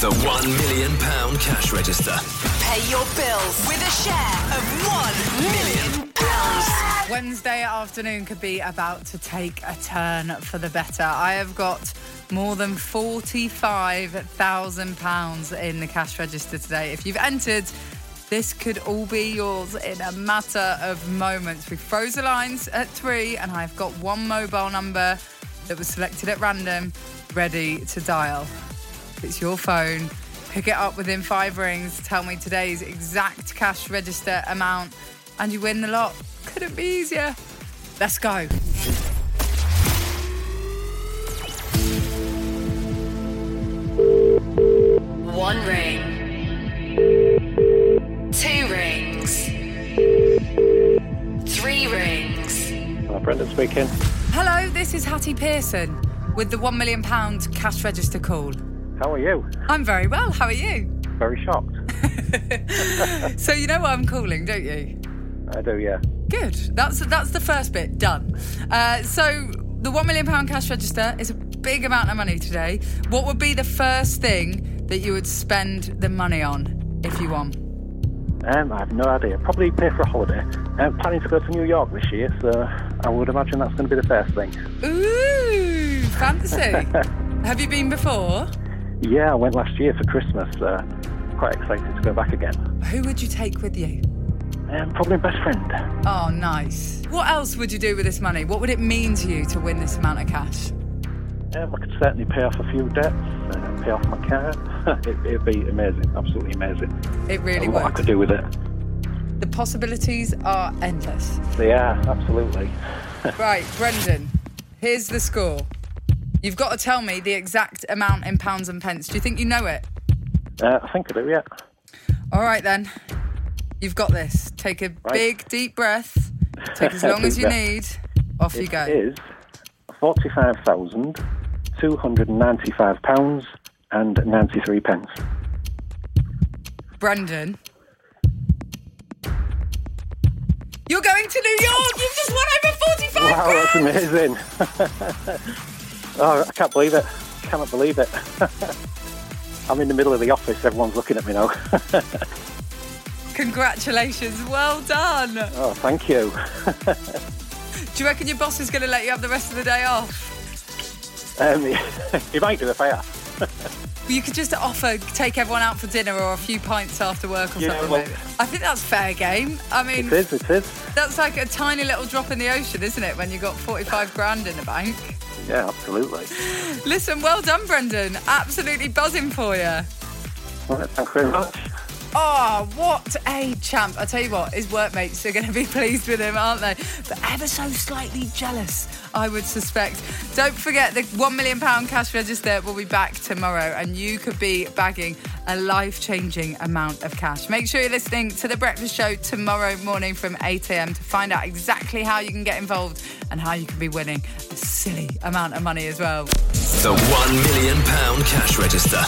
The £1 million pound cash register. Pay your bills with a share of £1 million. Wednesday afternoon could be about to take a turn for the better. I have got more than £45,000 in the cash register today. If you've entered, this could all be yours in a matter of moments. We froze the lines at three, and I've got one mobile number that was selected at random ready to dial. If it's your phone, pick it up within five rings, tell me today's exact cash register amount, and you win the lot. Couldn't be easier. Let's go. One ring. Two rings. Three rings. Uh, Brendan speaking. Hello, this is Hattie Pearson with the £1 million cash register call. How are you? I'm very well, how are you? Very shocked. So, you know why I'm calling, don't you? I do, yeah. Good. That's that's the first bit done. Uh, so the one million pound cash register is a big amount of money today. What would be the first thing that you would spend the money on if you won? Um, I have no idea. Probably pay for a holiday. I'm planning to go to New York this year, so I would imagine that's going to be the first thing. Ooh, fancy. Have you been before? Yeah, I went last year for Christmas. So quite excited to go back again. Who would you take with you? Um, probably my best friend. Oh, nice. What else would you do with this money? What would it mean to you to win this amount of cash? Um, I could certainly pay off a few debts, uh, pay off my car. it, it'd be amazing, absolutely amazing. It really what I would. could do with it. The possibilities are endless. So yeah, absolutely. Right, Brendan, here's the score. You've got to tell me the exact amount in pounds and pence. Do you think you know it? Uh, I think I do, yeah. All right, then. You've got this. Take a big, deep breath. Take as long as you Yeah. need. Off you go. It is £45,295 and 93 pence. Brendan. You're going to New York! You've just won over 45 Wow, that's grand! amazing. oh, I can't believe it. Cannot believe it. I'm in the middle of the office. Everyone's looking at me now. Congratulations, well done! Do oh, thank you. you reckon your boss is going to let you have the rest of the day off? Um, you might do if I ask. You could just offer take everyone out for dinner or a few pints after work or Yeah, something. well- maybe. I think that's fair game. I mean, It is, it is. that's like a tiny little drop in the ocean, isn't it? When you got 45 grand in the bank. Yeah, absolutely. Listen, well done, Brendan. Absolutely buzzing for you. All right, thanks very much. Oh, what a champ. I tell you what, his workmates are going to be pleased with him, aren't they? But ever so slightly jealous, I would suspect. Don't forget the £1 million cash register will be back tomorrow, and you could be bagging a life changing amount of cash. Make sure you're listening to The Breakfast Show tomorrow morning from 8 a.m. to find out exactly how you can get involved and how you can be winning a silly amount of money as well. The £1 million pound cash register.